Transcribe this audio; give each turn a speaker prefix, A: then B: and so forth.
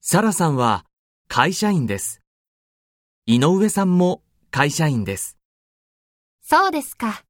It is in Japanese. A: サラさんは会社員です。井上さんも会社員です。
B: そうですか。